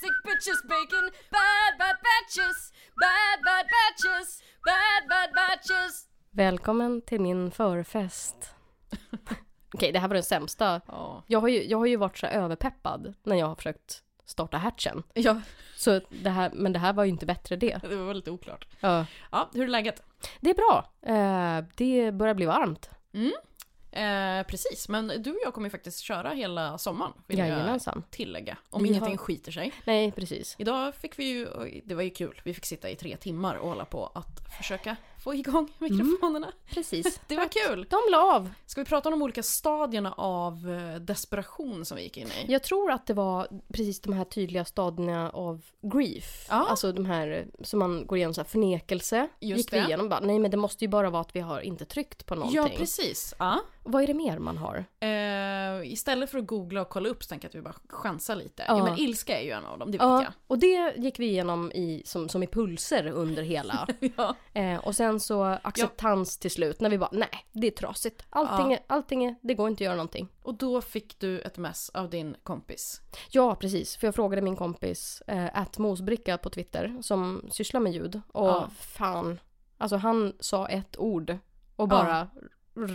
sandwiches, bacon, bad bad batches, bad bad batches, bad bad batches. Välkommen till min förfest. Okej, det här var den sämsta. Ja. Jag har, ju, jag har ju varit så överpeppad när jag har försökt starta hatchen. ja, Så det här, men det här var ju inte bättre det. det var lite oklart. Ja. Ja, hur är läget? Det är bra. Eh, det börjar bli varmt. Eh, precis, men du och jag kommer ju faktiskt köra hela sommaren. Vill jag Jajamensan. tillägga. Om Vi har- ingenting skiter sig. Nej, precis. Idag fick vi ju, oj, det var ju kul, vi fick sitta i tre timmar och hålla på att försöka få igång mikrofonerna. Precis. Det var kul! De la av. Ska vi prata om de olika stadierna av eh, desperation som vi gick in i? Jag tror att det var precis de här tydliga stadierna av grief. Ja. Alltså de här som man går igenom, så här förnekelse. Just gick vi det. igenom bara, nej men det måste ju bara vara att vi har inte tryckt på någonting. Ja, precis. Ja. Vad är det mer man har? Eh, istället för att googla och kolla upp så tänker jag att vi bara chansar lite. Ja. Ja. men ilska är ju en av dem, det vet Ja, och det gick vi igenom i, som, som i pulser under hela. jag. Ja. eh, och sen så acceptans till slut när vi bara, nej det är trasigt. Allting, Ja. är- allting är, det går inte att göra någonting. Och då fick du ett mess av din kompis. Ja, precis. För jag frågade min kompis eh, att Mosbricka på Twitter som sysslar med ljud. Och Ja. fan, alltså han sa ett ord och bara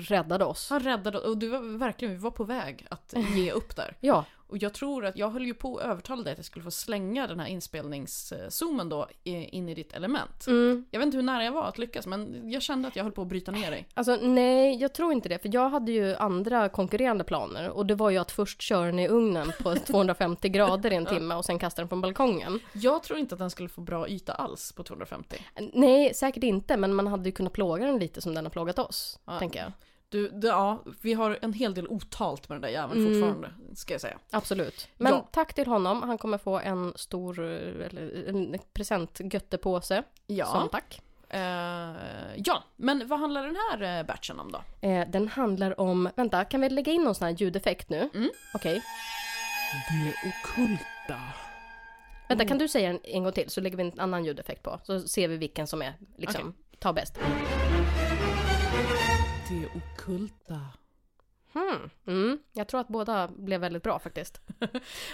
räddade oss. Han räddade och du var verkligen, vi var på väg att ge upp där. Ja, Och jag tror att jag höll ju på att övertala dig att jag skulle få slänga den här inspelningszoomen då eh, in i ditt element. mm. Jag vet inte hur nära jag var att lyckas men jag kände att jag höll på att bryta ner dig. Alltså nej, jag tror inte det. För jag hade ju andra konkurrerande planer. Och det var ju att först köra den i ugnen på 250 grader i en timme och sen kasta den från balkongen. Jag tror inte att den skulle få bra yta alls på 250. Nej, säkert inte. Men man hade ju kunnat plåga den lite som den har plågat oss. Tänker jag. Du, du, ja, vi har en hel del otalt med den där jäveln fortfarande, ska jag säga. Absolut. Men Ja. tack till honom. Han kommer få en stor eh, eller, en present göttepåse. Ja. Som tack. Eh, ja, men vad handlar den här eh, batchen om då? Eh, den handlar om, vänta, kan vi lägga in någon sån här ljudeffekt nu? Mm. Okej. Det okulta. Vänta, Mm. kan du säga den en gång till så lägger vi en annan ljudeffekt på. Så ser vi vilken som är, liksom, tar bäst. Det okulta. Hmm. Mm. Jag tror att båda blev väldigt bra faktiskt.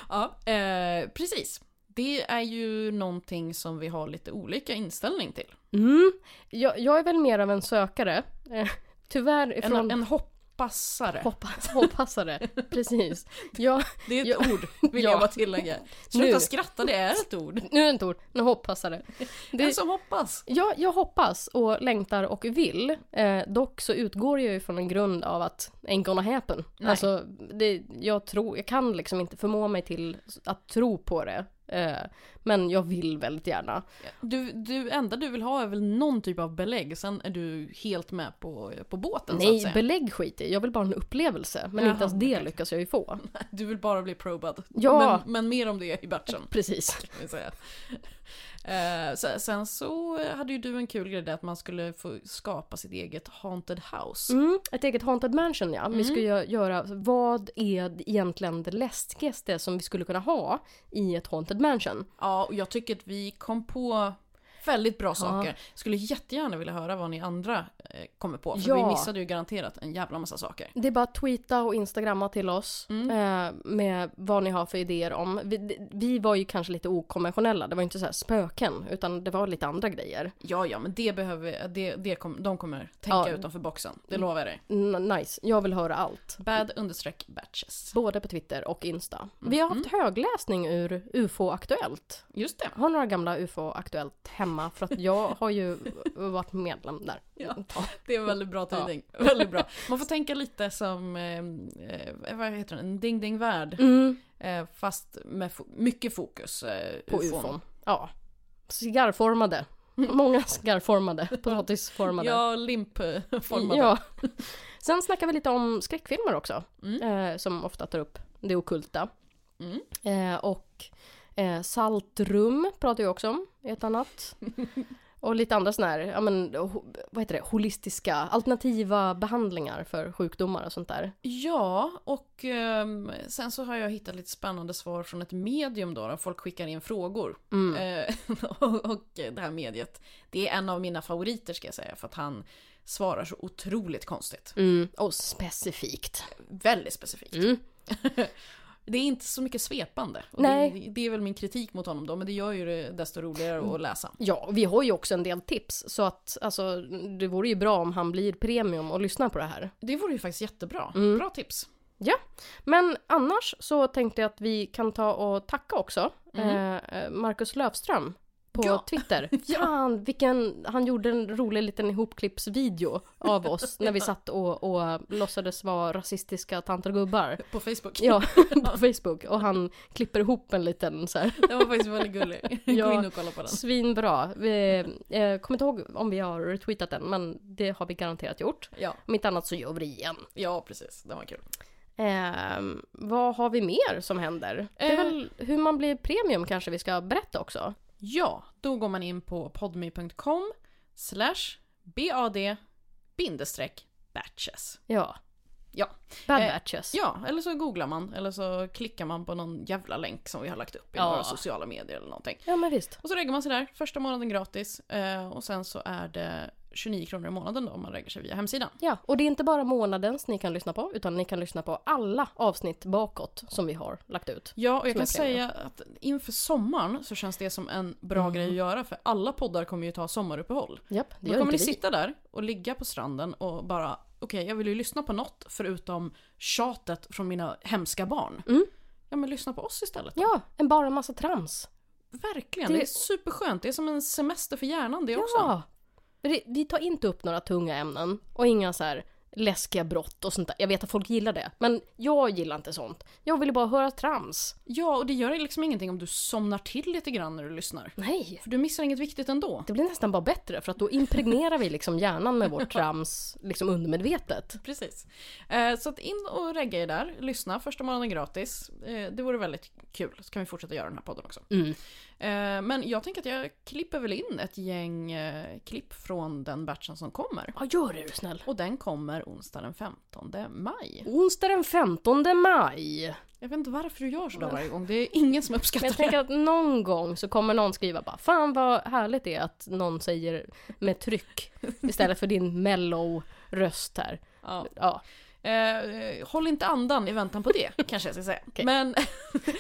Ja, eh, precis. Det är ju någonting som vi har lite olika inställning till. Mm. Jag, jag är väl mer av en sökare. Eh, Tyvärr En, ifrån... en hoppassare. Hoppas, hoppassare. Precis. Jag, Det är ett Ja. ord, vill Ja. jag bara tillägga. Sluta Nu. skratta, det är ett ord. nu är det inte ord, en hoppassare. Den Det, som hoppas. jag, jag hoppas och längtar och vill. Eh, dock så utgår jag ju från en grund av att ain't gonna happen. Nej. Alltså, det, jag, tror, jag kan liksom inte förmå mig till att tro på det. Eh, men jag vill väldigt gärna. Du, du enda du vill ha är väl någon typ av belägg, sen är du helt med på, på båten så att Nej, säga. belägg skit i. Jag vill bara ha en upplevelse. Men Jaha, inte ens det okej. lyckas jag ju få. Du vill bara bli probad. Ja. Men, men mer om det i batchen. Precis. kan vi säga. Eh, se- sen så hade ju du en kul grej där att man skulle få skapa sitt eget haunted house. Mm, ett eget Haunted Mansion ja. Vi ska gö- göra, vad är det egentligen det läskigaste som vi skulle kunna ha i ett Haunted Mansion? Ja, och jag tycker att vi kom på väldigt bra saker. Skulle jättegärna vilja höra vad ni andra eh, kommer på. För Ja. vi missade ju garanterat en jävla massa saker. Det är bara att tweeta och instagramma till oss Mm. eh, med vad ni har för idéer om. Vi, det- vi var ju kanske lite okonventionella, det var ju inte så här spöken utan det var lite andra grejer. Ja, ja, men det behöver, det, det kom, de kommer tänka Ja. utanför boxen. Det lovar jag dig. N- nice, jag vill höra allt. Bad understreck batches. Både på Twitter och Insta. Vi har Mm. haft högläsning ur UFO Aktuellt. Just det. Har några gamla UFO Aktuellt hemma för att jag har ju varit medlem där. Ja. ett tag. Det är en väldigt bra tidning. Väldigt bra. Man får tänka lite som, eh, eh, vad heter den, en ding ding värld. Mm. Eh, Fast med fo- mycket fokus eh, på ufon. ufon. Ja. Cigarrformade. Många cigarrformade. Potatisformade. Ja, limpformade. Ja. Sen snackar vi lite om skräckfilmer också. Eh, som ofta tar upp det okulta. Mm. Eh, och eh, Saltrum pratar vi också om i ett annat. Och lite andra sådana här, ja men, ho- vad heter det, holistiska, alternativa behandlingar för sjukdomar och sånt där. Ja, och ehm, sen så har jag hittat lite spännande svar från ett medium då, där folk skickar in frågor. Mm. Eh, och, och det här mediet, det är en av mina favoriter ska jag säga, för att han svarar så otroligt konstigt. Mm. Och specifikt. Väldigt specifikt. Mm. Det är inte så mycket svepande. Och Nej. Det, det är väl min kritik mot honom då, men det gör ju det desto Mm. roligare att läsa. Ja, vi har ju också en del tips så att alltså, det vore ju bra om han blir premium och lyssnar på det här. Det vore ju faktiskt jättebra. Mm. Bra tips. Men annars så tänkte jag att vi kan ta och tacka också eh, Markus Löfström på Mm. Ja. Twitter. Fan, vilken, han gjorde en rolig liten ihopklippsvideo av oss när vi satt och, och låtsades vara rasistiska tanter och gubbar. På Facebook. Ja, på Facebook. Och han klipper ihop en liten så här Den var faktiskt väldigt gullig. Ja. Gå in och kolla på den. svinbra. Vi, eh, kommer inte ihåg om vi har retweetat den, men det har vi garanterat gjort. Ja, Om inte annat så gör vi det igen. ja precis. Den var kul. Ehm, vad har vi mer som händer? Det är Eh. väl hur man blir premium kanske vi ska berätta också. Ja, då går man in på podme.com slash bad bindestreck batches. Ja. Ja. Bad Eh, batches. Ja, eller så googlar man eller så klickar man på någon jävla länk som vi har lagt upp i Ja. några sociala medier eller någonting. Ja, men visst. Och så reggar man sig där, första månaden gratis eh, och sen så är det 29 kronor i månaden då om man reggar sig via hemsidan. Ja, och det är inte bara månadens ni kan lyssna på, utan ni kan lyssna på alla avsnitt bakåt som vi har lagt ut. Ja, och jag Som kan är premium. säga att inför sommaren så känns det som en bra grej att göra för alla poddar kommer ju ta sommaruppehåll. Japp, det Då gör kommer inte ni vi. sitta där och ligga på stranden och bara okej, jag vill ju lyssna på något förutom tjatet från mina hemska barn. Mm. Ja, men lyssna på oss istället. då. Ja, en bara massa trams. Verkligen, Det- det... är superskönt. Det är som en semester för hjärnan det också. Ja! Vi vi tar inte upp några tunga ämnen och inga så här läskiga brott och sånt där. Jag vet att folk gillar det, men jag gillar inte sånt. Jag vill ju bara höra trams. Ja, och det gör liksom ingenting om du somnar till lite grann när du lyssnar. Nej! För du missar inget viktigt ändå. Det blir nästan bara bättre för att då impregnerar vi liksom hjärnan med vårt trams liksom undermedvetet. Precis. Eh, så att in och regga er där, lyssna, första månaden gratis. Eh, det vore väldigt kul, så kan vi fortsätta göra den här podden också. Mm. Eh, men jag tänker att jag klipper väl in ett gäng eh, klipp från den batchen som kommer. Ja, gör det är du snäll. Och den kommer onsdag den 15 maj. Onsdag den 15 maj. Jag vet inte varför du gör sådär varje gång, det är ingen som Men jag uppskattar det. tänker att någon gång så kommer någon skriva bara Fan vad härligt det är att någon säger med tryck istället för din mellow röst här. Ja. Ja, Eh, håll inte andan i väntan på det, kanske jag ska säga. Men eh,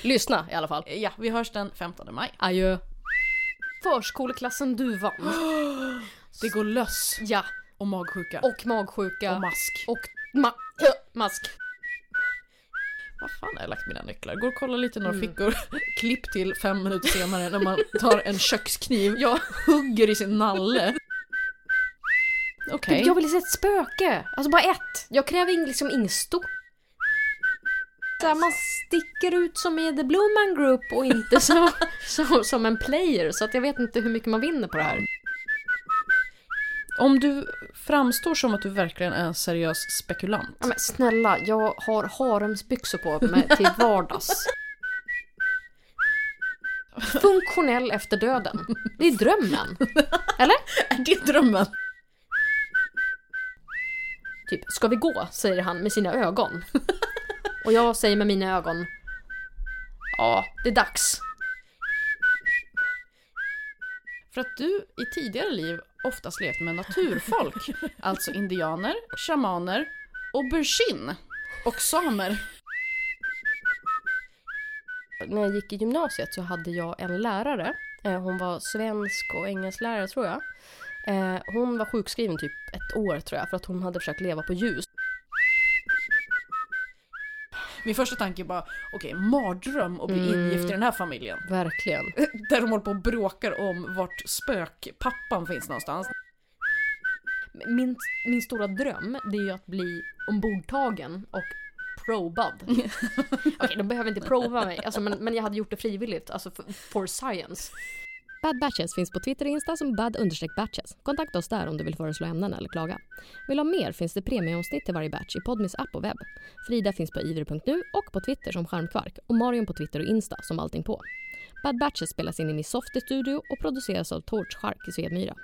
lyssna i alla fall. ja, vi hörs den 15 maj. Adjö. Förskoleklassen Duvan. Det går löss Ja, och magsjuka och magsjuka. och mask. och ma mask. Vad fan har jag lagt mina nycklar? Går och kollar lite i några fickor. Klipp till fem minuter senare när man tar en kökskniv, Ja. hugger i sin nalle. Okej. Jag vill se ett spöke! Alltså bara ett! Jag kräver in, liksom inget stort. Så här, man sticker ut som i The Blue Man Group och inte så, så, som en player. Så att jag vet inte hur mycket man vinner på det här. Om du framstår som att du verkligen är en seriös spekulant. Ja, men snälla, jag har haremsbyxor på mig till vardags. Funktionell efter döden. Det är drömmen. Eller? Är det drömmen? Typ, ska vi gå? Säger han med sina ögon. Och jag säger med mina ögon. Ja, det är dags. För att du i tidigare liv oftast levt med naturfolk. alltså indianer, shamaner, aubergine och samer. när jag gick i gymnasiet så hade jag en lärare. Eh, Hon var svensk och engelsklärare tror jag. Eh, Hon var sjukskriven typ ett år tror jag för att hon hade försökt leva på ljus. Min första tanke är bara, okej, mardröm att bli ingift i den här familjen. Verkligen. Där de håller på och bråkar om vart spökpappan finns någonstans. Min, min stora dröm det är ju att bli ombordtagen och probad. Okej, de behöver inte prova mig, alltså, men, men jag hade gjort det frivilligt, alltså for, for science. Bad Batches finns på Twitter och Insta som bad-batches. Kontakta oss där om du vill föreslå ämnen eller klaga. Vill du ha mer finns det premieomsnitt till varje batch i Podmis app och webb. Frida finns på ivr.nu och på Twitter som Charmkvark och Marion på Twitter och Insta som allting på. Bad Batches spelas in i Softy Studio och produceras av Torch Shark i Svedmyra.